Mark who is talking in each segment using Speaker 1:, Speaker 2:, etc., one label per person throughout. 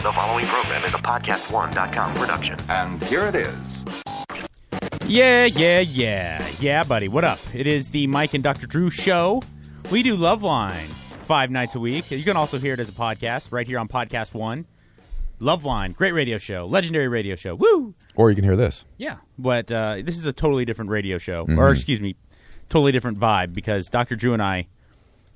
Speaker 1: The following program is a podcast1.com production.
Speaker 2: And here it is.
Speaker 3: Yeah, yeah, yeah. Yeah, buddy. What up? It is the Mike and Dr. Drew show. We do Love Line five nights a week. You can also hear it as a podcast right here on Podcast One. Love Line, great radio show, legendary radio show. Woo!
Speaker 4: Or you can hear this.
Speaker 3: Yeah, but uh, this is a totally different radio show, or excuse me, totally different vibe because Dr. Drew and I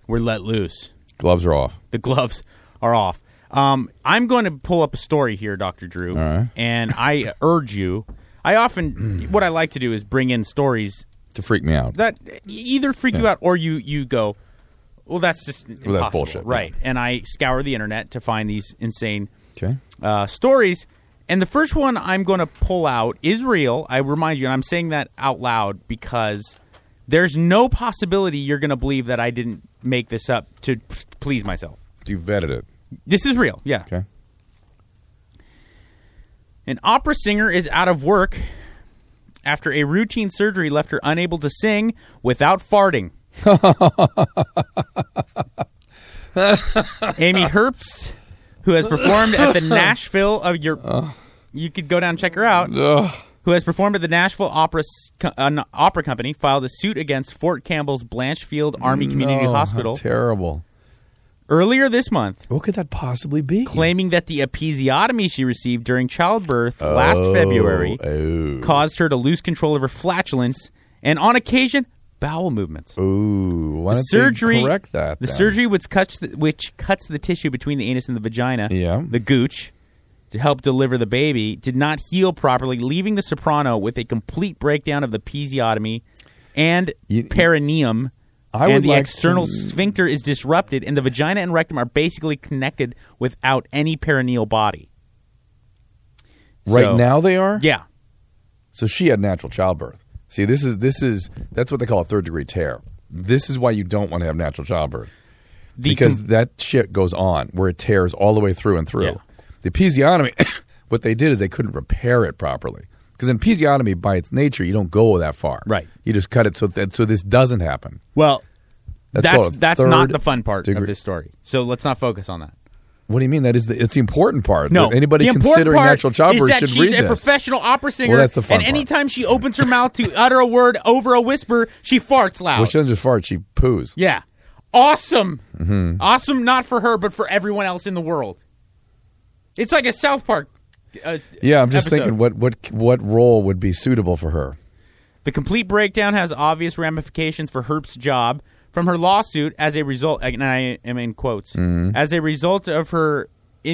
Speaker 3: were let loose.
Speaker 4: Gloves are off.
Speaker 3: The gloves are off. Um, I'm going to pull up a story here, Dr. Drew,
Speaker 4: right.
Speaker 3: and I urge you. I often, what I like to do is bring in stories
Speaker 4: To freak me out.
Speaker 3: that e-, either freak you out or you you go, well, that's just impossible,
Speaker 4: bullshit, yeah.
Speaker 3: right? And I scour the internet to find these insane
Speaker 4: okay.
Speaker 3: uh, stories. And the first one I'm going to pull out is real. I remind you, and I'm saying that out loud because there's no possibility you're going to believe that I didn't make this up to p- please myself.
Speaker 4: You vetted it.
Speaker 3: This is real. Yeah.
Speaker 4: Okay.
Speaker 3: An opera singer is out of work after a routine surgery left her unable to sing without farting. Amy Herbst, who has performed at the Nashville of your, you could go down and check her out. Who has performed at the Nashville Opera S- Co- an Opera Company filed a suit against Fort Campbell's Blanchfield Army Community
Speaker 4: Oh, how
Speaker 3: Hospital
Speaker 4: Terrible.
Speaker 3: earlier this month,
Speaker 4: What could that possibly be?
Speaker 3: claiming that the episiotomy she received during childbirth last February
Speaker 4: Oh.
Speaker 3: caused her to lose control of her flatulence and, on occasion, bowel movements.
Speaker 4: Ooh. Why
Speaker 3: The
Speaker 4: don't
Speaker 3: surgery,
Speaker 4: they correct that?
Speaker 3: the
Speaker 4: then?
Speaker 3: surgery which cuts the, which cuts the tissue between the anus and the vagina,
Speaker 4: Yeah.
Speaker 3: the gooch, to help deliver the baby, did not heal properly, leaving the soprano with a complete breakdown of the episiotomy and
Speaker 4: You-
Speaker 3: perineum.
Speaker 4: I
Speaker 3: and
Speaker 4: would
Speaker 3: the
Speaker 4: like
Speaker 3: external
Speaker 4: to-
Speaker 3: sphincter is disrupted, and the vagina and rectum are basically connected without any perineal body.
Speaker 4: Right
Speaker 3: So-
Speaker 4: now they are?
Speaker 3: Yeah.
Speaker 4: So she had natural childbirth. See, this is this is that's what they call a third degree tear. This is why you don't want to have natural childbirth.
Speaker 3: The
Speaker 4: because that shit goes on where it tears all the way through and through.
Speaker 3: Yeah.
Speaker 4: The episiotomy, what they did is they couldn't repair it properly. Because in episiotomy, by its nature, you don't go that far.
Speaker 3: Right.
Speaker 4: You just cut it so that so this doesn't happen.
Speaker 3: Well,
Speaker 4: That's
Speaker 3: that's
Speaker 4: called a
Speaker 3: that's not
Speaker 4: third
Speaker 3: the fun part of
Speaker 4: degree-
Speaker 3: this story. So let's not focus on that.
Speaker 4: What do you mean? That is the it's the important part.
Speaker 3: No,
Speaker 4: that anybody
Speaker 3: the important
Speaker 4: considering
Speaker 3: part
Speaker 4: natural childbirth
Speaker 3: is that
Speaker 4: should
Speaker 3: she's
Speaker 4: read
Speaker 3: a
Speaker 4: this.
Speaker 3: professional opera singer.
Speaker 4: Well, that's the fun
Speaker 3: and
Speaker 4: part.
Speaker 3: anytime she opens her mouth to utter a word over a whisper, she farts loud.
Speaker 4: well, she doesn't just fart; she poos.
Speaker 3: yeah, awesome,
Speaker 4: Mm-hmm.
Speaker 3: awesome. Not for her, but for everyone else in the world. It's like a South Park. Uh,
Speaker 4: Yeah, I'm just
Speaker 3: episode.
Speaker 4: thinking what what what role would be suitable for her.
Speaker 3: The complete breakdown has obvious ramifications for Herbst's job. From her lawsuit, as a result, and I am in quotes, as a result of her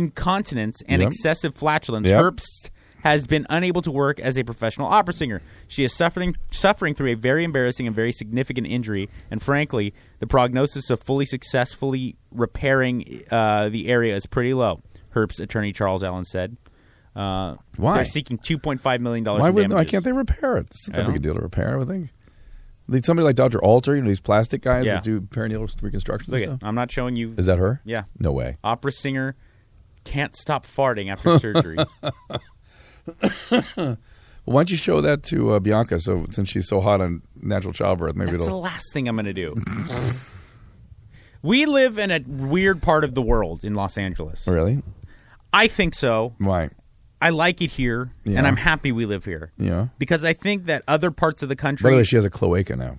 Speaker 3: incontinence and
Speaker 4: Mm-hmm. Yep.
Speaker 3: excessive flatulence,
Speaker 4: Yep.
Speaker 3: Herbst has been unable to work as a professional opera singer. She is suffering suffering through a very embarrassing and very significant injury, and frankly, the prognosis of fully successfully repairing uh, the area is pretty low. Herbst's attorney Charles Allen said, uh,
Speaker 4: Why?
Speaker 3: they're seeking two point five million dollars?
Speaker 4: Why
Speaker 3: in
Speaker 4: would why
Speaker 3: damages.
Speaker 4: can't they repair it? It's
Speaker 3: I
Speaker 4: not a big
Speaker 3: don't-
Speaker 4: deal to repair. I would think. Like somebody like Doctor Alter, you know, these plastic guys
Speaker 3: Yeah.
Speaker 4: that do perineal reconstruction
Speaker 3: Look,
Speaker 4: and
Speaker 3: it,
Speaker 4: stuff.
Speaker 3: I'm not showing you.
Speaker 4: Is that her?
Speaker 3: Yeah.
Speaker 4: No way.
Speaker 3: Opera singer can't stop farting after surgery.
Speaker 4: Well, why don't you show that to uh, Bianca? So since she's so hot on natural childbirth, maybe
Speaker 3: That's the
Speaker 4: it'll.
Speaker 3: last thing I'm going to do. we live in a weird part of the world in Los Angeles.
Speaker 4: Oh, really?
Speaker 3: I think so.
Speaker 4: Why?
Speaker 3: I like it here,
Speaker 4: Yeah.
Speaker 3: and I'm happy we live here.
Speaker 4: Yeah.
Speaker 3: Because I think that other parts of the country,
Speaker 4: By the way, she has a cloaca now.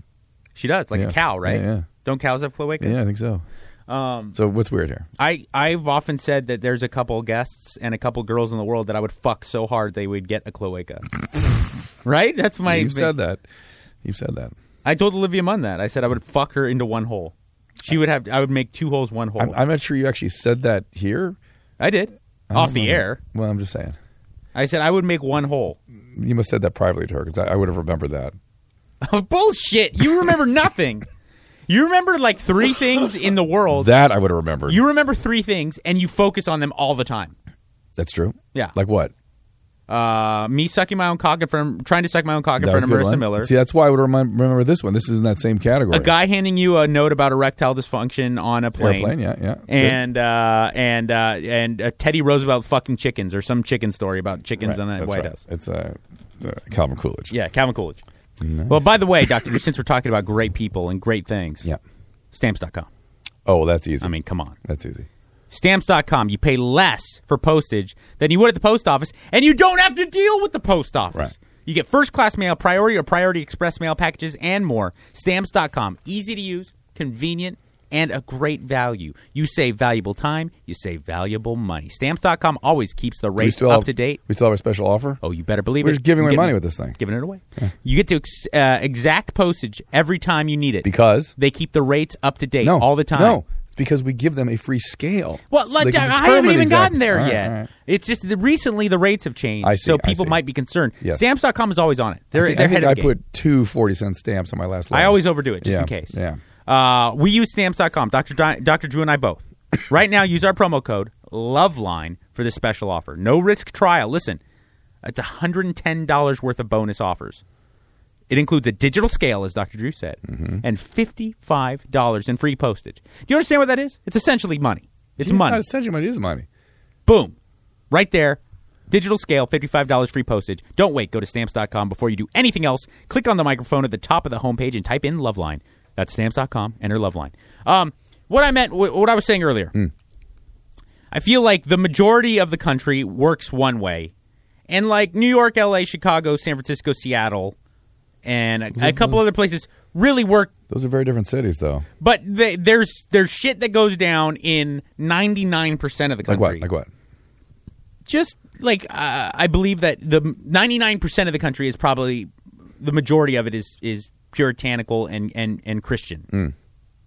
Speaker 3: she does, like a
Speaker 4: Yeah.
Speaker 3: cow, right?
Speaker 4: Yeah, yeah.
Speaker 3: Don't cows have cloacas?
Speaker 4: Yeah, I think so. Um, so what's weird here?
Speaker 3: I I've often said that there's a couple guests and a couple girls in the world that I would fuck so hard they would get a cloaca. right? That's my.
Speaker 4: You've
Speaker 3: thing.
Speaker 4: said that. You've said that.
Speaker 3: I told Olivia Munn that. I said I would fuck her into one hole. She would have. I would make two holes, one hole.
Speaker 4: I'm, I'm not sure you actually said that here.
Speaker 3: I did
Speaker 4: I
Speaker 3: off
Speaker 4: don't
Speaker 3: the
Speaker 4: know.
Speaker 3: air.
Speaker 4: Well, I'm just saying.
Speaker 3: I said I would make one hole.
Speaker 4: You must have said that privately to her because I, I would have remembered that.
Speaker 3: Bullshit! You remember nothing. You remember like three things in the world.
Speaker 4: That I would have remembered.
Speaker 3: you remember three things, and you focus on them all the time.
Speaker 4: That's true.
Speaker 3: Yeah.
Speaker 4: Like what?
Speaker 3: Uh, me sucking my own cock in front, trying to suck my own cock in
Speaker 4: That
Speaker 3: front
Speaker 4: was
Speaker 3: of
Speaker 4: a good
Speaker 3: Marissa
Speaker 4: one.
Speaker 3: Miller.
Speaker 4: See, that's why I would remind, remember this one. This is in that same category.
Speaker 3: a guy handing you a note about erectile dysfunction on a plane.
Speaker 4: Airplane, yeah, yeah. That's good.
Speaker 3: And, uh, and uh, and uh, Teddy Roosevelt fucking chickens or some chicken story about chickens
Speaker 4: Right,
Speaker 3: on a
Speaker 4: that's
Speaker 3: White
Speaker 4: right.
Speaker 3: House.
Speaker 4: It's uh, uh, Calvin Coolidge.
Speaker 3: Yeah, Calvin Coolidge. Well, by the way, Doctor, since we're talking about great people and great things,
Speaker 4: Yeah.
Speaker 3: stamps.com.
Speaker 4: Oh, well, that's easy.
Speaker 3: I mean, come on.
Speaker 4: that's easy.
Speaker 3: Stamps.com. You pay less for postage than you would at the post office, and you don't have to deal with the post office.
Speaker 4: Right.
Speaker 3: You get first class mail, priority or priority express mail packages, and more. Stamps.com. Easy to use, convenient, and a great value. You save valuable time, you save valuable money. Stamps.com always keeps the
Speaker 4: we
Speaker 3: rate
Speaker 4: still
Speaker 3: up
Speaker 4: have,
Speaker 3: to date.
Speaker 4: We still have a special offer.
Speaker 3: Oh, you better believe
Speaker 4: We're
Speaker 3: it.
Speaker 4: just giving
Speaker 3: You're
Speaker 4: away
Speaker 3: getting-
Speaker 4: money with this thing.
Speaker 3: Giving it away. You get to ex- uh, exact postage every time you need it.
Speaker 4: Because
Speaker 3: They keep the rates up to date
Speaker 4: no,
Speaker 3: all the time.
Speaker 4: No, it's because we give them a free scale.
Speaker 3: Well,
Speaker 4: So
Speaker 3: let,
Speaker 4: they can
Speaker 3: I
Speaker 4: determine
Speaker 3: haven't even
Speaker 4: exact-
Speaker 3: gotten there
Speaker 4: All right,
Speaker 3: yet.
Speaker 4: all right.
Speaker 3: It's just that recently the rates have changed,
Speaker 4: I see,
Speaker 3: so
Speaker 4: I
Speaker 3: people
Speaker 4: see.
Speaker 3: might be concerned.
Speaker 4: Yes.
Speaker 3: Stamps.com is always on it. They're,
Speaker 4: I think,
Speaker 3: they're
Speaker 4: I, think
Speaker 3: ahead
Speaker 4: I
Speaker 3: of the game.
Speaker 4: put two 40 cent stamps on my last letter.
Speaker 3: I always overdo it just
Speaker 4: Yeah,
Speaker 3: in case.
Speaker 4: Yeah.
Speaker 3: Uh, we use stamps.com. Dr. Di- Dr. Drew and I both. right now, use our promo code LOVELINE for this special offer. No risk trial. Listen, it's $110 worth of bonus offers. It includes a digital scale, as Dr. Drew said,
Speaker 4: Mm-hmm.
Speaker 3: and $55 in free postage. Do you understand what that is? It's essentially money. It's
Speaker 4: Yeah,
Speaker 3: money.
Speaker 4: Essentially, money is money.
Speaker 3: Boom. Right there. Digital scale, $55 free postage. Don't wait. Go to stamps.com before you do anything else. Click on the microphone at the top of the homepage and type in Loveline. That's stamps.com. Enter Loveline. Um, what I meant, wh- what I was saying earlier,
Speaker 4: Hmm.
Speaker 3: I feel like the majority of the country works one way. And like New York, LA, Chicago, San Francisco, Seattle, and a, a couple other places really work
Speaker 4: Those are very different cities, though.
Speaker 3: but they, there's there's shit that goes down in 99% of the
Speaker 4: Like
Speaker 3: country
Speaker 4: what? Like what?
Speaker 3: just like uh, I believe that the ninety nine percent of the country is probably the majority of it is is puritanical and and and Christian.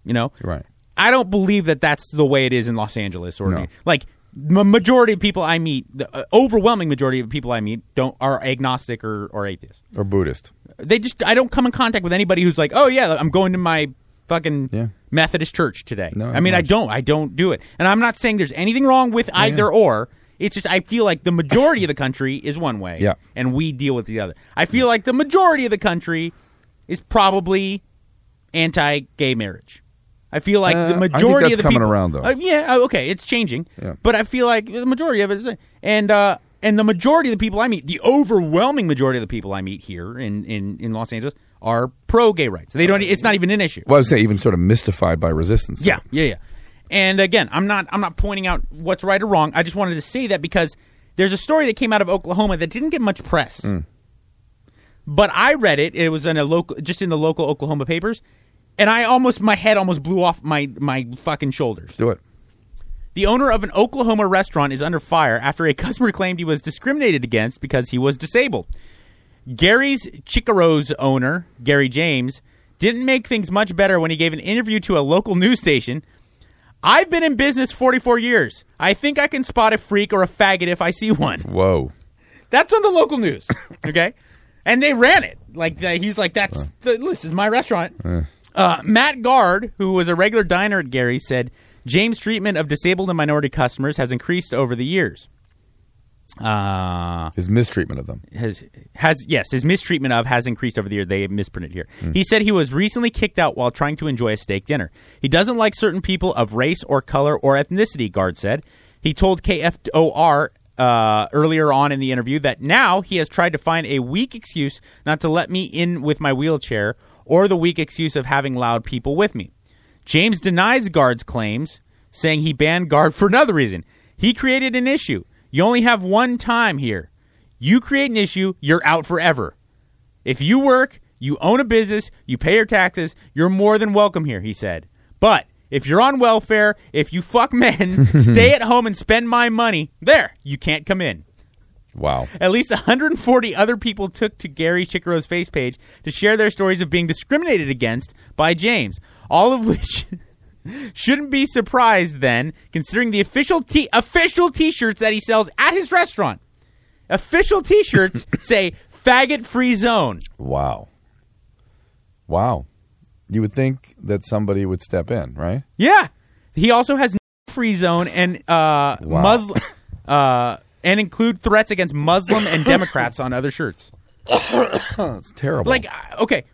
Speaker 3: You know,
Speaker 4: Mm. Right.
Speaker 3: I don't believe that that's the way it is in Los Angeles or
Speaker 4: No.
Speaker 3: like the majority of people I meet, the uh, overwhelming majority of people I meet don't are agnostic or or atheist.
Speaker 4: Or Buddhist?
Speaker 3: They just I don't come in contact with anybody who's like, oh yeah, I'm going to my fucking
Speaker 4: Yeah.
Speaker 3: Methodist church today.
Speaker 4: No,
Speaker 3: I mean, I
Speaker 4: much.
Speaker 3: don't, I don't do it, and I'm not saying there's anything wrong with either or. It's just I feel like the majority of the country is one way,
Speaker 4: Yeah.
Speaker 3: and we deal with the other. I feel like the majority of the country is probably anti-gay marriage. I feel like
Speaker 4: Uh, I
Speaker 3: the
Speaker 4: think
Speaker 3: majority
Speaker 4: that's
Speaker 3: of the
Speaker 4: coming
Speaker 3: people,
Speaker 4: around, though.
Speaker 3: Uh, yeah, oh, okay, it's changing,
Speaker 4: Yeah.
Speaker 3: but I feel like the majority of it is, and uh, and the majority of the people I meet, the overwhelming majority of the people I meet here in in, in Los Angeles are pro gay rights. They don't. e, It's not even an issue.
Speaker 4: Well, I would say even sort of mystified by resistance. to
Speaker 3: Yeah,
Speaker 4: it.
Speaker 3: yeah, yeah. And again, I'm not I'm not pointing out what's right or wrong. I just wanted to say that because there's a story that came out of Oklahoma that didn't get much press. But I read it. It was in a local just in the local Oklahoma papers, and I almost my head almost blew off my my fucking shoulders.
Speaker 4: Do it.
Speaker 3: The owner of an Oklahoma restaurant is under fire after a customer claimed he was discriminated against because he was disabled. Gary's Chicaro's owner, Gary James, didn't make things much better when he gave an interview to a local news station. I've been in business 44 years. I think I can spot a freak or a faggot if I see one.
Speaker 4: Whoa.
Speaker 3: That's on the local news. Okay, and they ran it like they- he's like that's the, this is my restaurant. Uh, Matt Guard, who was a regular diner at Gary, said James' treatment of disabled and minority customers has increased over the years. Uh,
Speaker 4: His mistreatment of them.
Speaker 3: has has yes, his mistreatment of has increased over the year. They misprinted here. He said he was recently kicked out while trying to enjoy a steak dinner. He doesn't like certain people of race or color or ethnicity. Guard said he told KFOR. Uh, earlier on in the interview, that now he has tried to find a weak excuse not to let me in with my wheelchair or the weak excuse of having loud people with me. James denies Guard's claims, saying he banned Guard for another reason. He created an issue. You only have one time here. You create an issue, you're out forever. If you work, you own a business, you pay your taxes, you're more than welcome here, he said. But if you're on welfare, if you fuck men, stay at home and spend my money, there, you can't come in.
Speaker 4: Wow.
Speaker 3: At least 140 other people took to Gary Chikaro's face page to share their stories of being discriminated against by James. All of which shouldn't be surprised then, considering the official t- official T-shirts that he sells at his restaurant. Official T-shirts say "faggot free zone."
Speaker 4: Wow. Wow. You would think that somebody would step in, right?
Speaker 3: Yeah, he also has free zone and uh,
Speaker 4: Wow.
Speaker 3: Muslim uh, and include threats against Muslim and Democrats on other shirts.
Speaker 4: That's terrible.
Speaker 3: like uh, okay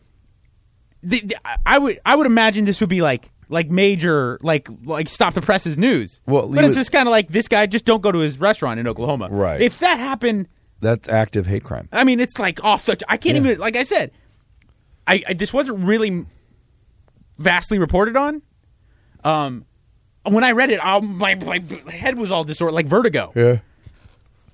Speaker 3: the, the, I- i would i would imagine this would be like like major like like stop the presses news
Speaker 4: Well,
Speaker 3: but
Speaker 4: you
Speaker 3: it's
Speaker 4: would-
Speaker 3: just kind of like this guy just don't go to his restaurant in oklahoma
Speaker 4: Right.
Speaker 3: if that happened
Speaker 4: that's active hate crime.
Speaker 3: i mean it's like off such i can't
Speaker 4: Yeah.
Speaker 3: even like i said I, I this wasn't really vastly reported on um when I read it, I, my my head was all disordered, like vertigo.
Speaker 4: Yeah.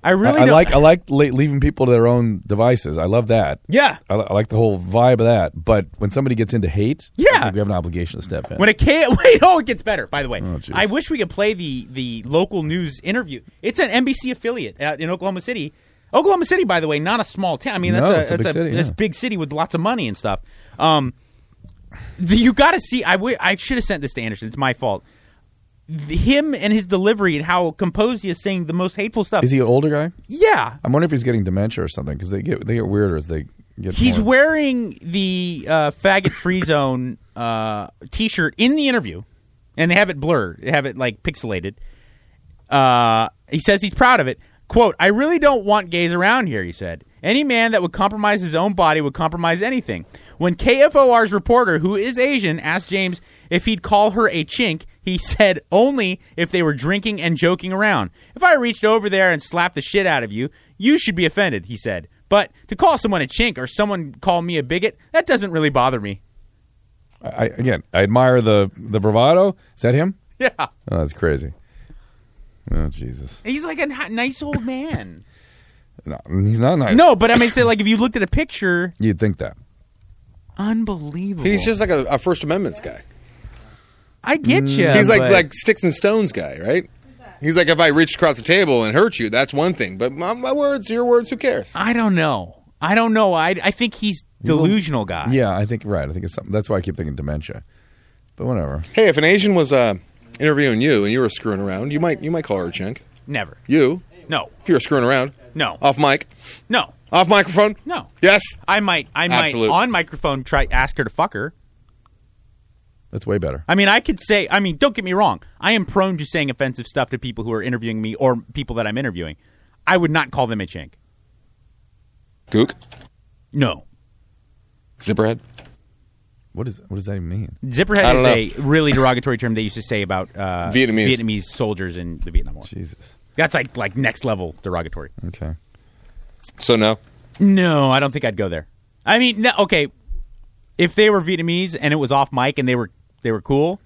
Speaker 3: I really
Speaker 4: I, I
Speaker 3: don't-
Speaker 4: like I like le- leaving people to their own devices. I love that.
Speaker 3: Yeah.
Speaker 4: I, li- I like the whole vibe of that. But when somebody gets into hate, I
Speaker 3: Yeah.
Speaker 4: think we have an obligation to step in.
Speaker 3: When it can't wait, oh, it gets better. By the way,
Speaker 4: jeez.
Speaker 3: I wish we could play the the local news interview. It's an NBC affiliate out in Oklahoma City. Oklahoma City, by the way, not a small town. I mean, that's
Speaker 4: No,
Speaker 3: a,
Speaker 4: it's a
Speaker 3: that's
Speaker 4: big city,
Speaker 3: that's
Speaker 4: yeah.
Speaker 3: big city with lots of money and stuff. Um, the, you got to see. I wi- I should have sent this to Anderson. It's my fault. The- him and his delivery and how composed he is saying the most hateful stuff.
Speaker 4: Is he an older guy?
Speaker 3: yeah,
Speaker 4: I'm wondering if he's getting dementia or something because they get they get weirder as they get.
Speaker 3: He's
Speaker 4: more-
Speaker 3: wearing the uh, faggot free zone uh, T-shirt in the interview, and they have it blurred, they have it like pixelated. Uh, he says he's proud of it. "Quote: I really don't want gays around here," he said. Any man that would compromise his own body would compromise anything. When KFOR's reporter, who is Asian, asked James if he'd call her a chink, he said only if they were drinking and joking around. If I reached over there and slapped the shit out of you, you should be offended, he said. But to call someone a chink or someone call me a bigot, that doesn't really bother me.
Speaker 4: I, I- again, I admire the the bravado. Is that him?
Speaker 3: Yeah.
Speaker 4: Oh, that's crazy. Oh Jesus!
Speaker 3: He's like a ni- nice old man.
Speaker 4: No, he's not nice.
Speaker 3: no, but I mean, say, like, if you looked at a picture,
Speaker 4: you'd think that.
Speaker 3: unbelievable.
Speaker 2: He's just like a, a First Amendments guy.
Speaker 3: I get you.
Speaker 2: Mm. He's like like sticks and stones guy, right? He's like if I reached across the table and hurt you, that's one thing. But my, my words, your words, who cares?
Speaker 3: I don't know. I don't know. I I think he's delusional guy.
Speaker 4: Yeah, I think right. I think it's something. That's why I keep thinking dementia. But whatever.
Speaker 2: Hey, if an Asian was uh, interviewing you and you were screwing around, you might you might call her a chink.
Speaker 3: Never.
Speaker 2: You,
Speaker 3: No.
Speaker 2: if you're screwing around,
Speaker 3: No.
Speaker 2: off mic,
Speaker 3: No.
Speaker 2: off microphone,
Speaker 3: No.
Speaker 2: yes,
Speaker 3: I might. I might
Speaker 2: Absolute.
Speaker 3: on microphone try ask her to fuck her.
Speaker 4: That's way better.
Speaker 3: I mean, I could say. I mean, don't get me wrong. I am prone to saying offensive stuff to people who are interviewing me or people that I'm interviewing. I would not call them a chink.
Speaker 2: gook,
Speaker 3: No.
Speaker 2: zipperhead.
Speaker 4: What is what does that even mean?
Speaker 3: Zipperhead
Speaker 2: I don't
Speaker 3: is a really derogatory term they used to say about uh,
Speaker 2: Vietnamese.
Speaker 3: Vietnamese soldiers in the Vietnam War.
Speaker 4: Jesus.
Speaker 3: That's like like next level derogatory.
Speaker 4: Okay.
Speaker 2: So no,
Speaker 3: No, I don't think I'd go there. I mean, no, okay, if they were Vietnamese and it was off mic and they were they were cool,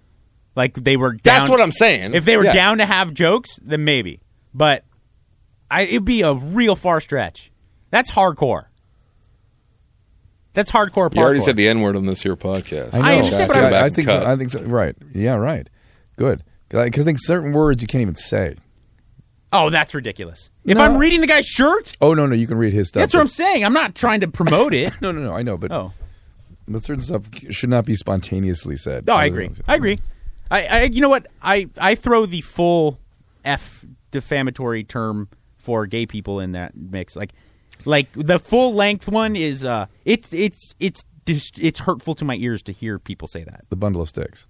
Speaker 3: like they were. Down,
Speaker 2: that's what I'm saying.
Speaker 3: If they were
Speaker 2: Yes.
Speaker 3: down to have jokes, then maybe. But I, it'd be a real far stretch. That's hardcore. That's hardcore. Parkour.
Speaker 2: you already said the n word on this here podcast.
Speaker 3: I understand, but
Speaker 2: Go
Speaker 3: I-
Speaker 2: back
Speaker 4: I,
Speaker 2: and
Speaker 4: think
Speaker 2: cut.
Speaker 4: so, I think so. Right. Yeah. Right. Good. Because I think certain words you can't even say.
Speaker 3: oh, that's ridiculous. If
Speaker 4: No.
Speaker 3: I'm reading the guy's shirt,
Speaker 4: Oh no, no, you can read his stuff.
Speaker 3: that's what I'm
Speaker 4: but-
Speaker 3: saying. I'm not trying to promote it.
Speaker 4: No, no, no. I know, but
Speaker 3: Oh.
Speaker 4: but certain stuff should not be spontaneously said.
Speaker 3: No, I agree. I agree. I, I you know what? I, I throw the full F defamatory term for gay people in that mix. Like like the full length one is uh it's it's it's dis- it's hurtful to my ears to hear people say that.
Speaker 4: The bundle of sticks.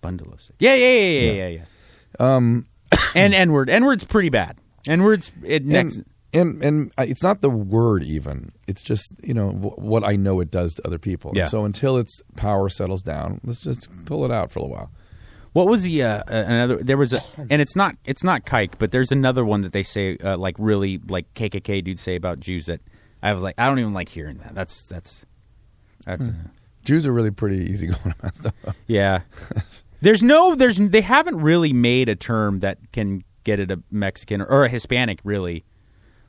Speaker 3: Bundle of sick. Yeah, yeah, yeah, yeah, yeah, yeah. Um and N word. N word's pretty bad. N word's it next
Speaker 4: And, and and uh, it's not the word even. It's just you know w- what I know it does to other people. And
Speaker 3: Yeah.
Speaker 4: So until its power settles down, let's just pull it out for a little while.
Speaker 3: What was the uh, uh, another? There was a, and it's not it's not kike, but there's another one that they say uh, like really like KKK dudes say about Jews that I was like I don't even like hearing that. That's that's that's
Speaker 4: Hmm. Jews are really pretty easy going about stuff.
Speaker 3: yeah. there's no there's they haven't really made a term that can get at a Mexican or, or a Hispanic really,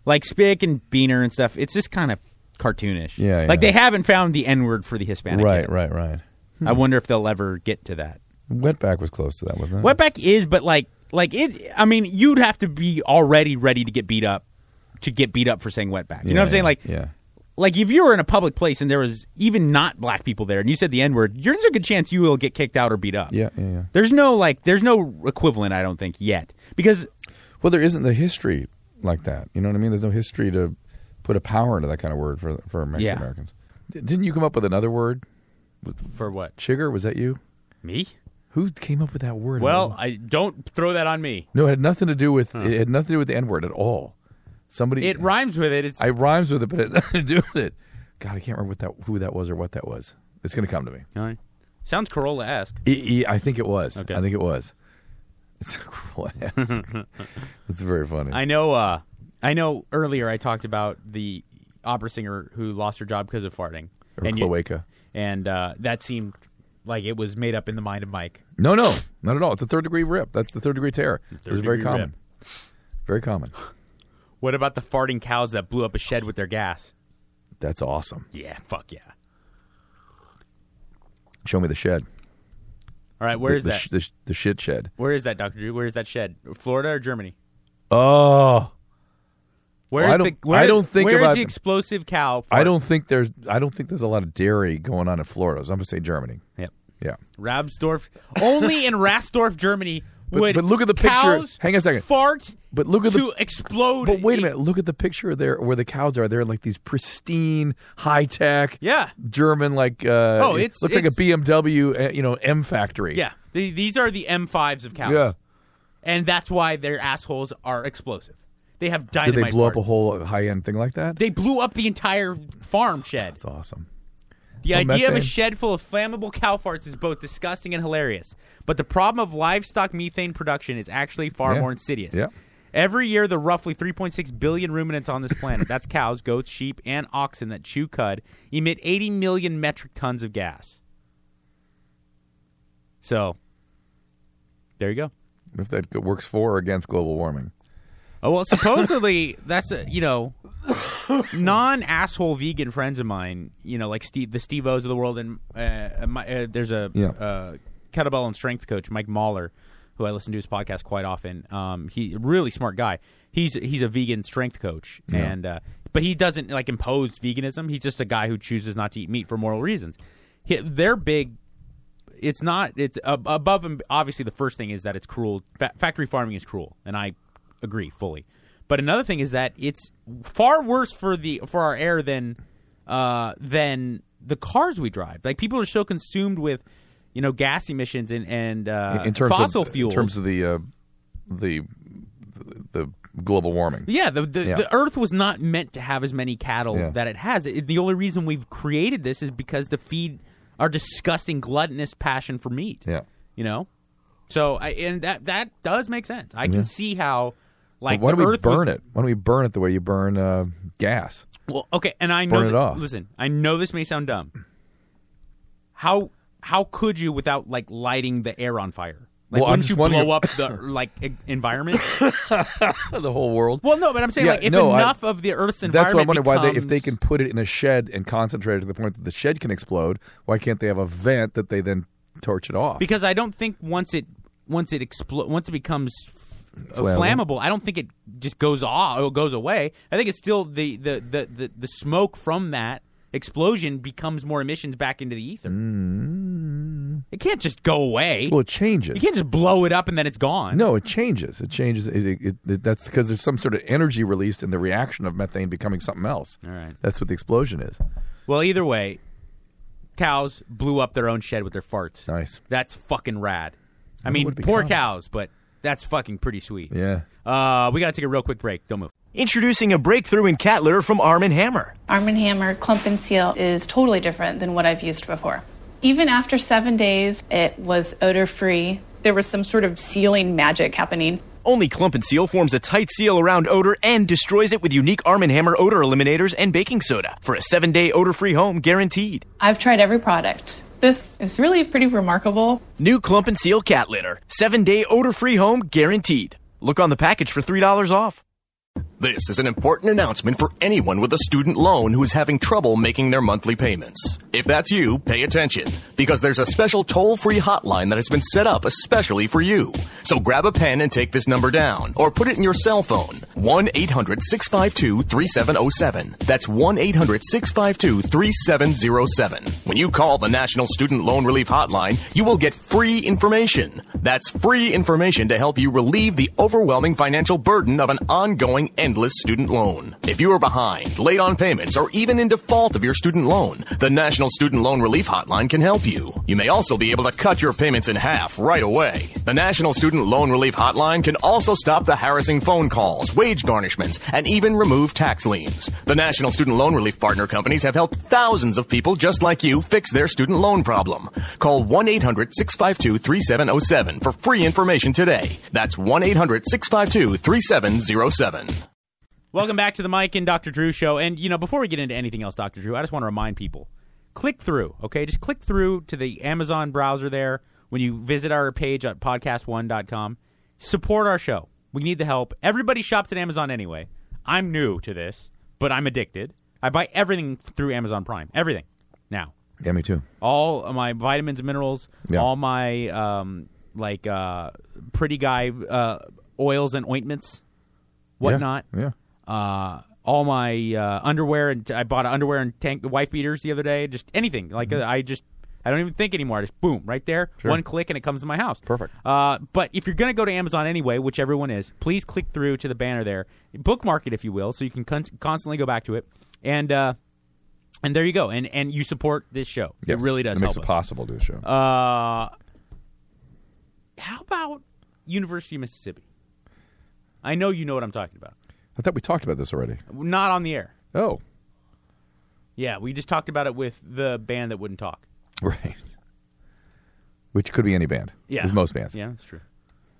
Speaker 3: like spick and beaner and stuff. It's just kind of cartoonish.
Speaker 4: Yeah,
Speaker 3: like they
Speaker 4: yeah.
Speaker 3: haven't found the N word for the Hispanic.
Speaker 4: right,
Speaker 3: yet.
Speaker 4: right, Hmm. right.
Speaker 3: I wonder if they'll ever get to that.
Speaker 4: Wetback was close to that, wasn't it?
Speaker 3: Wetback is, but like, like it. I mean, you'd have to be already ready to get beat up to get beat up for saying wetback. You know what I'm saying? Like,
Speaker 4: yeah.
Speaker 3: like if you were in a public place and there was even not black people there, and you said the n word, there's a good chance you will get kicked out or beat up.
Speaker 4: Yeah, yeah, yeah.
Speaker 3: There's no like, there's no equivalent, I don't think yet, because
Speaker 4: Well, there isn't the history like that. You know what I mean? There's no history to put a power into that kind of word for for Mexican
Speaker 3: Yeah.
Speaker 4: Americans. D- didn't you come up with another word?
Speaker 3: for what
Speaker 4: Chigger, was that you?
Speaker 3: me?
Speaker 4: Who came up with that word?
Speaker 3: Well, I don't throw that on me.
Speaker 4: no, it had nothing to do with it had nothing to do with the N word at all. Somebody
Speaker 3: It rhymes with it. It's
Speaker 4: I rhymes with it, but it had nothing to do with it. God, I can't remember what that who that was or what that was. It's going to come to me.
Speaker 3: sounds Corolla esque.
Speaker 4: E- e- I think it was.
Speaker 3: Okay.
Speaker 4: I think it was. It's a It's very funny.
Speaker 3: I know. Uh, I know. Earlier, I talked about the opera singer who lost her job because of farting
Speaker 4: or
Speaker 3: and you-
Speaker 4: cloaca.
Speaker 3: and uh, that seemed like it was made up in the mind of Mike.
Speaker 4: No, no, not at all. It's a third degree rip. That's the third degree tear. it's very
Speaker 3: degree
Speaker 4: common. Very common.
Speaker 3: What about the farting cows that blew up a shed with their gas?
Speaker 4: That's awesome.
Speaker 3: Yeah, fuck yeah.
Speaker 4: Show me the shed.
Speaker 3: All right, where
Speaker 4: the,
Speaker 3: is
Speaker 4: the
Speaker 3: that?
Speaker 4: sh- the, sh- the shit shed.
Speaker 3: Where is that, Doctor Drew? Where is that shed? Florida or Germany?
Speaker 4: Oh,
Speaker 3: Where
Speaker 4: Well, I
Speaker 3: is the?
Speaker 4: don't-
Speaker 3: Where,
Speaker 4: I don't think
Speaker 3: where is
Speaker 4: about
Speaker 3: the
Speaker 4: the-
Speaker 3: explosive cow? Fart?
Speaker 4: I don't think there's. I don't think there's a lot of dairy going on in Florida. So I'm gonna say Germany.
Speaker 3: Yep.
Speaker 4: Yeah.
Speaker 3: Rabsdorf. Only in Rasdorf, Germany.
Speaker 4: But-
Speaker 3: would
Speaker 4: but look at the picture.
Speaker 3: cows
Speaker 4: Hang on a second.
Speaker 3: Fart.
Speaker 4: But look at the-
Speaker 3: to explode.
Speaker 4: But wait a
Speaker 3: in-
Speaker 4: minute. Look at the picture there where the cows are. They're in, like these pristine, high tech.
Speaker 3: Yeah.
Speaker 4: German like. Uh,
Speaker 3: Oh,
Speaker 4: it
Speaker 3: it's-
Speaker 4: looks like a
Speaker 3: it's-
Speaker 4: BMW. uh, You know, M factory.
Speaker 3: Yeah, the, these are the M5s of cows.
Speaker 4: Yeah.
Speaker 3: and that's why their assholes are explosive. They have
Speaker 4: Did
Speaker 3: dynamite.
Speaker 4: they blow up a
Speaker 3: farts.
Speaker 4: whole high end thing like that?
Speaker 3: They blew up the entire farm shed.
Speaker 4: That's awesome.
Speaker 3: The idea of a
Speaker 4: methane.
Speaker 3: shed full of flammable cow farts is both disgusting and hilarious, but the problem of livestock methane production is actually far
Speaker 4: Yeah.
Speaker 3: more insidious.
Speaker 4: Yeah.
Speaker 3: Every year, the roughly 3.6 billion ruminants on this planet that's cows, goats, sheep, and oxen that chew cud emit 80 million metric tons of gas. So, there you go.
Speaker 4: If that g- works for or against global warming.
Speaker 3: Oh well, supposedly that's a you know non asshole vegan friends of mine. You know, like Steve, the Steve O's of the world, and uh, uh, my, uh, there's a
Speaker 4: Yeah.
Speaker 3: uh, kettlebell and strength coach Mike Mahler, who I listen to his podcast quite often. Um, he really smart guy. He's he's a vegan strength coach, and uh, but he doesn't like impose veganism. He's just a guy who chooses not to eat meat for moral reasons. He, their big it's not it's ab- above and obviously the first thing is that it's cruel fa- factory farming is cruel and i agree fully but another thing is that it's far worse for the for our air than uh than the cars we drive like people are so consumed with you know gas emissions and and uh
Speaker 4: in terms
Speaker 3: fossil
Speaker 4: of
Speaker 3: fuels
Speaker 4: in terms of the uh, the the global warming.
Speaker 3: yeah, the the,
Speaker 4: Yeah.
Speaker 3: the Earth was not meant to have as many cattle
Speaker 4: Yeah.
Speaker 3: that it has. It, the only reason we've created this is because to feed our disgusting gluttonous passion for meat.
Speaker 4: Yeah.
Speaker 3: you know. So I, and that that does make sense. I can see how like
Speaker 4: But why
Speaker 3: the
Speaker 4: don't we
Speaker 3: Earth was-
Speaker 4: burn it? Why don't we burn it the way you burn uh, gas?
Speaker 3: Well, okay, and I know.
Speaker 4: Burn it
Speaker 3: that-
Speaker 4: off.
Speaker 3: Listen, I know this may sound dumb. How how could you without like lighting the air on fire? Like,
Speaker 4: Well, I'm
Speaker 3: wouldn't
Speaker 4: just
Speaker 3: you
Speaker 4: wondering-
Speaker 3: blow up the like e- environment?
Speaker 4: the whole world.
Speaker 3: Well, no, but I'm saying
Speaker 4: Yeah,
Speaker 3: like if
Speaker 4: no, I-
Speaker 3: enough of the Earth's environment
Speaker 4: That's why I wonder why they, if
Speaker 3: becomes-
Speaker 4: they can put it in a shed and concentrate it to the point that the shed can explode, why can't they have a vent that they then torch it off?
Speaker 3: because I don't think once it once it explo- once it becomes f- uh,
Speaker 4: Flammable.
Speaker 3: flammable, I don't think it just goes off or goes away. I think it's still the the, the, the, the smoke from that explosion becomes more emissions back into the ether. It can't just go away.
Speaker 4: Mm. well, it changes.
Speaker 3: you can't just blow it up and then it's gone.
Speaker 4: no, it changes. It changes. It, it, it, that's because there's some sort of energy released in the reaction of methane becoming something else.
Speaker 3: All right.
Speaker 4: That's what the explosion is.
Speaker 3: Well, either way, cows blew up their own shed with their farts.
Speaker 4: Nice.
Speaker 3: That's fucking rad. I
Speaker 4: What
Speaker 3: mean,
Speaker 4: would be
Speaker 3: poor
Speaker 4: cows?
Speaker 3: cows, but that's fucking pretty sweet.
Speaker 4: Yeah.
Speaker 3: Uh, we got to take a real quick break. Don't move.
Speaker 5: Introducing a breakthrough in cat litter from Arm & Hammer.
Speaker 6: Arm & Hammer Clump and Seal is totally different than what I've used before. Even after seven days, it was odor free. There was some sort of sealing magic happening.
Speaker 5: Only Clump & Seal forms a tight seal around odor and destroys it with unique Arm & Hammer odor eliminators and baking soda for a 7-day odor-free home guaranteed.
Speaker 6: I've tried every product. This is really pretty remarkable.
Speaker 5: New Clump & Seal cat litter. 7-day odor-free home guaranteed. Look on the package for $3 off.
Speaker 7: This is an important announcement for anyone with a student loan who is having trouble making their monthly payments. If that's you, pay attention because there's a special toll free hotline that has been set up especially for you. So grab a pen and take this number down or put it in your cell phone 1 800 652 3707. That's 1 800 652 3707. When you call the National Student Loan Relief Hotline, you will get free information. That's free information to help you relieve the overwhelming financial burden of an ongoing, endless student loan. If you are behind, late on payments, or even in default of your student loan, the National Student Loan Relief Hotline can help you. You may also be able to cut your payments in half right away. The National Student Loan Relief Hotline can also stop the harassing phone calls, wage garnishments, and even remove tax liens. The National Student Loan Relief Partner Companies have helped thousands of people just like you fix their student loan problem. Call 1 800 652 3707 for free information today. That's 1 800 652 3707.
Speaker 3: Welcome back to the Mike and Dr. Drew show. And, you know, before we get into anything else, Dr. Drew, I just want to remind people click through. Okay, just click through to the Amazon browser there when you visit our page at podcast1.com. Support our show. We need the help. Everybody shops at Amazon anyway. I'm new to this, but I'm addicted. I buy everything through Amazon Prime. Everything now.
Speaker 4: Yeah, me too.
Speaker 3: All of my vitamins and minerals,
Speaker 4: Yeah.
Speaker 3: all my um, like uh, pretty guy uh, oils and ointments, whatnot
Speaker 4: Yeah. yeah.
Speaker 3: uh, all my uh, underwear and I bought underwear and tank wife beaters the other day. Just anything like
Speaker 4: Mm-hmm.
Speaker 3: uh, I just I don't even think anymore. I just boom right there, one click and it comes to my house.
Speaker 4: Perfect.
Speaker 3: Uh, but if you're gonna go to Amazon anyway, which everyone is, please click through to the banner there, bookmark it if you will, so you can con- constantly go back to it and. Uh, and there you go, and and you support this show.
Speaker 4: Yes.
Speaker 3: It really does
Speaker 4: It makes
Speaker 3: help
Speaker 4: it
Speaker 3: us.
Speaker 4: possible to do a show.
Speaker 3: Uh, how about University of Mississippi? I know you know what I'm talking about.
Speaker 4: I thought we talked about this already.
Speaker 3: Not on the air.
Speaker 4: Oh,
Speaker 3: Yeah, we just talked about it with the band that wouldn't talk.
Speaker 4: right. Which could be any band.
Speaker 3: Yeah.
Speaker 4: With most bands.
Speaker 3: Yeah, that's true.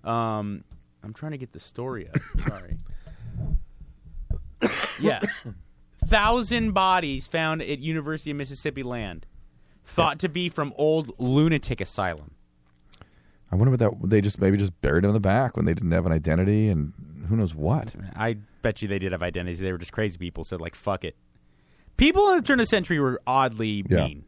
Speaker 3: Um, I'm trying to get the story up. Sorry. yeah, thousand bodies found at University of Mississippi land, thought to be from old lunatic asylum.
Speaker 4: I wonder what that they just maybe just buried him in the back when they didn't have an identity and who knows what.
Speaker 3: I bet you they did have identities. They were just crazy people. So like, fuck it. People in the turn of the century were oddly
Speaker 4: Yeah.
Speaker 3: mean.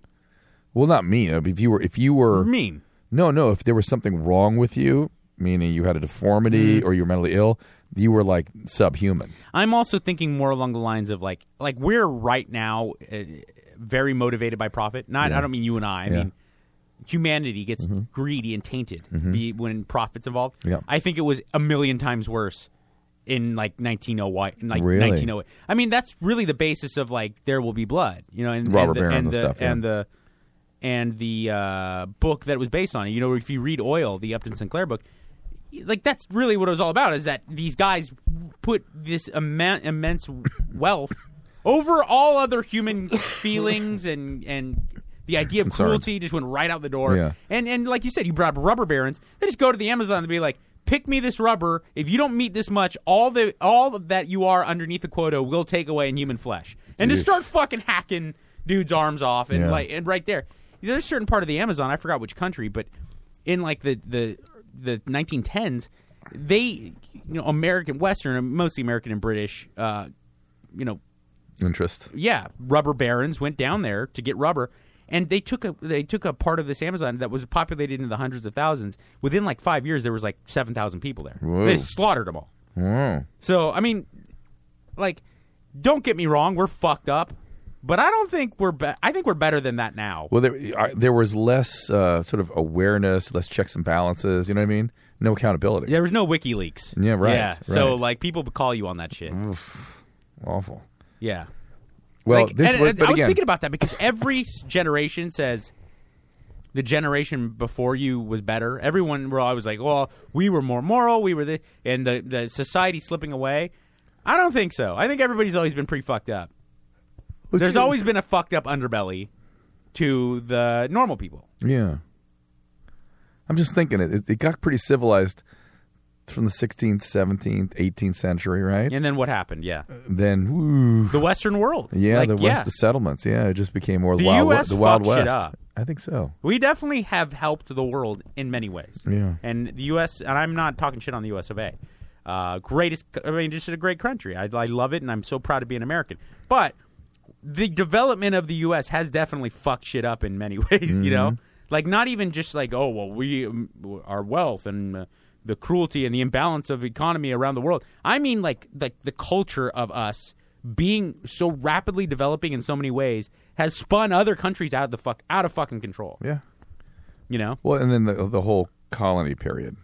Speaker 4: Well, not mean. I mean, If you were, if you were,
Speaker 3: Mean.
Speaker 4: no, no. If there was something wrong with you, meaning you had a deformity
Speaker 3: Mm.
Speaker 4: or you were mentally ill, you were like subhuman.
Speaker 3: I'm also thinking more along the lines of like like we're right now uh, very motivated by profit. Not I don't mean you and I. I
Speaker 4: Yeah. Mm-hmm.
Speaker 3: mean humanity gets greedy and tainted be- when profits involved.
Speaker 4: Yeah.
Speaker 3: I think it was a million times worse in like 1908 in like
Speaker 4: Really?
Speaker 3: 1908. I mean that's really the basis of like there will be blood, you know, and
Speaker 4: Robert
Speaker 3: and the,
Speaker 4: Barron
Speaker 3: and
Speaker 4: and
Speaker 3: the
Speaker 4: stuff, yeah.
Speaker 3: and the and the uh, book that it was based on. You know, if you read Oil, the Upton Sinclair book, like that's really what it was all about. Is that these guys put this immen- immense wealth over all other human feelings and and the idea of
Speaker 4: Concerns.
Speaker 3: cruelty just went right out the door.
Speaker 4: Yeah.
Speaker 3: And and like you said, you brought up rubber barons. They just go to the Amazon and be like. Pick me this rubber. If you don't meet this much, all the all that you are underneath the quota will take away in human flesh, and just start fucking hacking dudes' arms off and
Speaker 4: Yeah.
Speaker 3: like and right there. There's a certain part of the Amazon, I forgot which country, but in like the the the 1910s, they you know American Western, mostly American and British, uh, you know,
Speaker 4: Interest.
Speaker 3: yeah, rubber barons went down there to get rubber, and they took a they took a part of this Amazon that was populated into the hundreds of thousands. Within like five years, there was like seven thousand people there.
Speaker 4: Whoa.
Speaker 3: They slaughtered them all.
Speaker 4: Mm.
Speaker 3: So I mean, like, don't get me wrong, we're fucked up, but I don't think we're. Be- I think we're better than that now.
Speaker 4: Well, there I, there was less uh, sort of awareness, less checks and balances. You know what I mean? No accountability.
Speaker 3: There was no WikiLeaks.
Speaker 4: Yeah, right,
Speaker 3: Yeah. So
Speaker 4: right.
Speaker 3: like, people would call you on that shit.
Speaker 4: Awful.
Speaker 3: Yeah.
Speaker 4: Well,
Speaker 3: Like,
Speaker 4: this
Speaker 3: and-
Speaker 4: was,
Speaker 3: and
Speaker 4: but
Speaker 3: I was
Speaker 4: again,
Speaker 3: thinking about that because every s- generation says the generation before you was better. Everyone were always like, "Well, we were more moral. We were the and the the society slipping away." I don't think so. I think everybody's always been pretty fucked up.
Speaker 4: But
Speaker 3: There's
Speaker 4: you-
Speaker 3: always been a fucked up underbelly to the normal people.
Speaker 4: Yeah. I'm just thinking it. It, it got pretty civilized from the 16th, 17th, 18th century, right?
Speaker 3: And then what happened? Yeah,
Speaker 4: Then, woo,
Speaker 3: the Western world.
Speaker 4: yeah,
Speaker 3: Like,
Speaker 4: the West, the settlements. Yeah, it just became more
Speaker 3: The
Speaker 4: wild,
Speaker 3: US
Speaker 4: the Wild
Speaker 3: fucked
Speaker 4: West.
Speaker 3: shit up.
Speaker 4: I think so.
Speaker 3: We definitely have helped the world in many ways.
Speaker 4: Yeah.
Speaker 3: And the U.S. and I'm not talking shit on the U.S. of A. Uh, greatest, I mean, just a great country. I, I love it, and I'm so proud to be an American. But the development of the U.S. has definitely fucked shit up in many ways. You know, like not even just like oh well, we um, our wealth and uh, the cruelty and the imbalance of economy around the world. I mean, like like the culture of us being so rapidly developing in so many ways has spun other countries out of the fuck out of fucking control.
Speaker 4: Yeah.
Speaker 3: You know,
Speaker 4: Well, and then the, the whole colony period.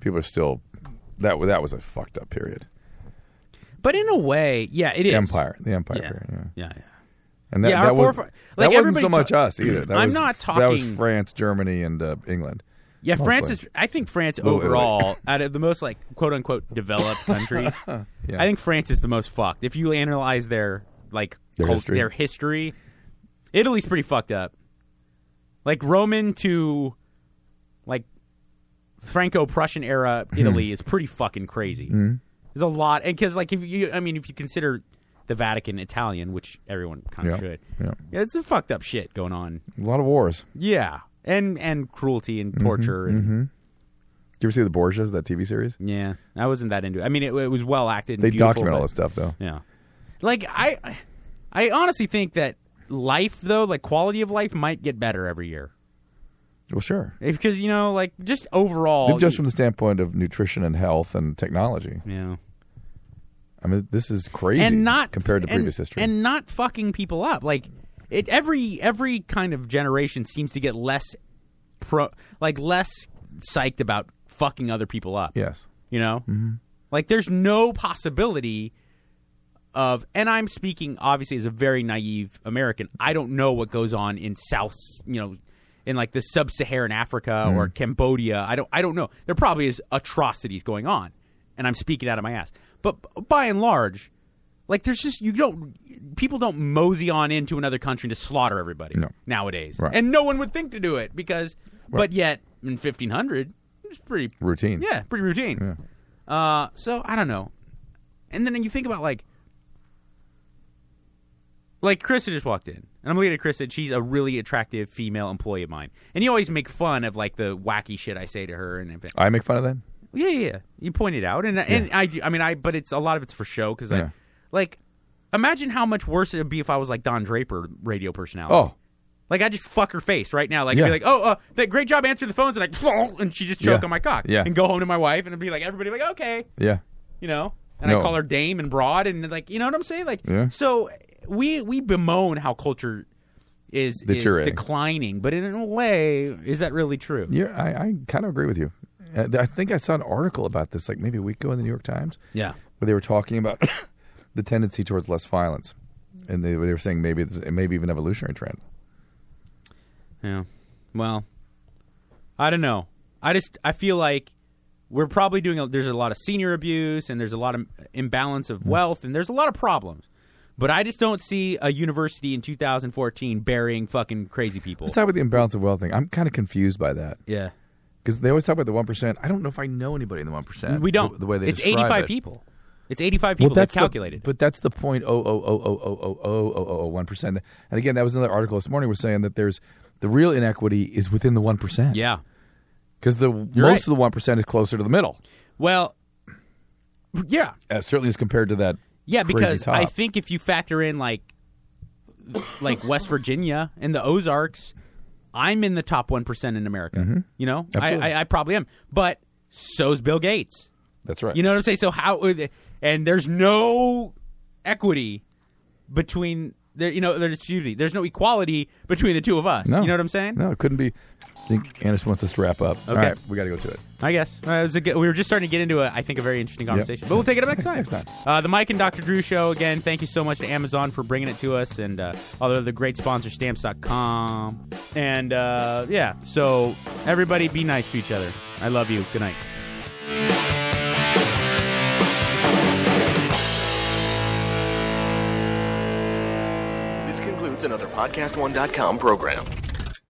Speaker 4: People are still that. That was a fucked up period.
Speaker 3: but in a way, yeah, it is
Speaker 4: Empire, the empire
Speaker 3: Yeah,
Speaker 4: period. Yeah.
Speaker 3: yeah, yeah.
Speaker 4: And that,
Speaker 3: Yeah, our
Speaker 4: that, was,
Speaker 3: foref- like,
Speaker 4: that wasn't
Speaker 3: everybody
Speaker 4: so much
Speaker 3: ta-
Speaker 4: us either. That
Speaker 3: I'm
Speaker 4: was,
Speaker 3: not
Speaker 4: That was
Speaker 3: talking-
Speaker 4: France, Germany, and uh, England.
Speaker 3: Yeah,
Speaker 4: Mostly.
Speaker 3: France is. I think France
Speaker 4: wait, wait.
Speaker 3: overall, out of the most like quote unquote developed countries, I think France is the most fucked. If you analyze their like
Speaker 4: Their
Speaker 3: cult-
Speaker 4: history?
Speaker 3: their history, Italy's pretty fucked up. Like Roman to like Franco-Prussian
Speaker 4: Hmm.
Speaker 3: era Italy is pretty fucking crazy. There's a lot, and because like if you, I mean, if you consider the Vatican Italian, which everyone kind of
Speaker 4: Yeah,
Speaker 3: should.
Speaker 4: yeah.
Speaker 3: it's some fucked up shit going on.
Speaker 4: A lot of wars.
Speaker 3: Yeah, and and cruelty and
Speaker 4: Mm-hmm.
Speaker 3: torture and
Speaker 4: You ever see the Borgias, that TV series?
Speaker 3: yeah. I wasn't that into. it. I mean, it, it was well acted. And
Speaker 4: They
Speaker 3: beautiful,
Speaker 4: document all
Speaker 3: but-
Speaker 4: this stuff, though.
Speaker 3: Yeah. Like I I honestly think that life though, like quality of life might get better every year.
Speaker 4: Well, sure.
Speaker 3: Because you know, like just overall
Speaker 4: Just from the standpoint of nutrition and health and technology.
Speaker 3: yeah.
Speaker 4: I mean, this is crazy
Speaker 3: and not
Speaker 4: compared to
Speaker 3: and-
Speaker 4: previous history.
Speaker 3: and not fucking people up. Like it every every kind of generation seems to get less pro like less psyched about fucking other people up.
Speaker 4: yes.
Speaker 3: You know?
Speaker 4: Mm-hmm.
Speaker 3: Like there's no possibility of and I'm speaking obviously as a very naive American. I don't know what goes on in South, you know, in like the sub-Saharan Africa or
Speaker 4: Mm-hmm.
Speaker 3: Cambodia. I don't I don't know. There probably is atrocities going on and I'm speaking out of my ass. But b- by and large, like there's just you don't people don't mosey on into another country to slaughter everybody
Speaker 4: No.
Speaker 3: nowadays.
Speaker 4: Right.
Speaker 3: And no one would think to do it because but yet in 1500 it's pretty
Speaker 4: Routine.
Speaker 3: yeah, pretty routine. Uh, so I don't know. And then you think about like, like Krista just walked in, and I'm looking at Krista. and She's a really attractive female employee of mine, and you always make fun of like the wacky shit I say to her and everything.
Speaker 4: I make fun of that?
Speaker 3: Yeah, yeah, yeah. You pointed out, and and I, do- I mean, I, but it's a lot of it's for show because
Speaker 4: Yeah.
Speaker 3: I, like, imagine how much worse it would be if I was like Don Draper, radio personality.
Speaker 4: Oh,
Speaker 3: Like I just fuck her face right now. Like I'd
Speaker 4: Yeah.
Speaker 3: be like, "Oh, uh, that great job answering the phones," and like, and she just choke
Speaker 4: Yeah.
Speaker 3: on my cock,
Speaker 4: Yeah.
Speaker 3: and go home to my wife, and it'd be like everybody like, "Okay,"
Speaker 4: yeah.
Speaker 3: you know, and I
Speaker 4: No.
Speaker 3: call her Dame and Broad, and like, you know what I'm saying? Like,
Speaker 4: Yeah.
Speaker 3: so we we bemoan how culture is is
Speaker 4: Deteriorating.
Speaker 3: declining, but in a way, is that really true?
Speaker 4: Yeah, I, I kind of agree with you. Uh, I think I saw an article about this like maybe a week ago in the New York Times.
Speaker 3: Yeah.
Speaker 4: where they were talking about the tendency towards less violence, and they, they were saying maybe it's, maybe even evolutionary trend.
Speaker 3: Yeah. Well, I don't know. I just I feel like we're probably doing. A, there's a lot of senior abuse, and there's a lot of imbalance
Speaker 4: Mm.
Speaker 3: of wealth, and there's a lot of problems. But I just don't see a university in 2014 burying fucking crazy people.
Speaker 4: Let's talk about the imbalance of wealth thing. I'm kind of confused by that
Speaker 3: yeah,
Speaker 4: because they always talk about the one percent. I don't know if I know anybody in the one percent.
Speaker 3: we don't.
Speaker 4: The, the way they
Speaker 3: it's
Speaker 4: describe
Speaker 3: 85
Speaker 4: it.
Speaker 3: people. It's 85 people that's
Speaker 4: the-
Speaker 3: calculated.
Speaker 4: but that's the point oh oh oh oh oh oh oh oh oh oh one percent. And again, that was another article this morning was saying that there's the real inequity is within the one percent.
Speaker 3: yeah.
Speaker 4: because the most
Speaker 3: right.
Speaker 4: of the one percent is closer to the middle.
Speaker 3: Well, yeah.
Speaker 4: Uh, certainly as compared to that.
Speaker 3: Yeah,
Speaker 4: crazy
Speaker 3: because
Speaker 4: top.
Speaker 3: I think if you factor in like like West Virginia and the Ozarks, I'm in the top one percent in America. You know, I,
Speaker 4: Mm-hmm. Absolutely.
Speaker 3: I, I probably am, but so's Bill Gates.
Speaker 4: that's right.
Speaker 3: You know what I'm saying? So how? uh, And there's no equity between there. You know, there's excuse me, there's no equality between the two of us.
Speaker 4: No.
Speaker 3: You know what I'm saying?
Speaker 4: No, it couldn't be. I think Anderson wants us to wrap up. All
Speaker 3: Okay.
Speaker 4: right, we got to go to it.
Speaker 3: I guess Uh, it was a good- we were just starting to get into a, I think, a very interesting conversation, but we'll take it up next time.
Speaker 4: Next time.
Speaker 3: uh, the Mike and Dr. Drew show again. Thank you so much to Amazon for bringing it to us, and uh, all the other great sponsors, Stamps.com, and uh, yeah. So everybody, be nice to each other. I love you. Good night.
Speaker 8: This concludes another PodcastOne.com program.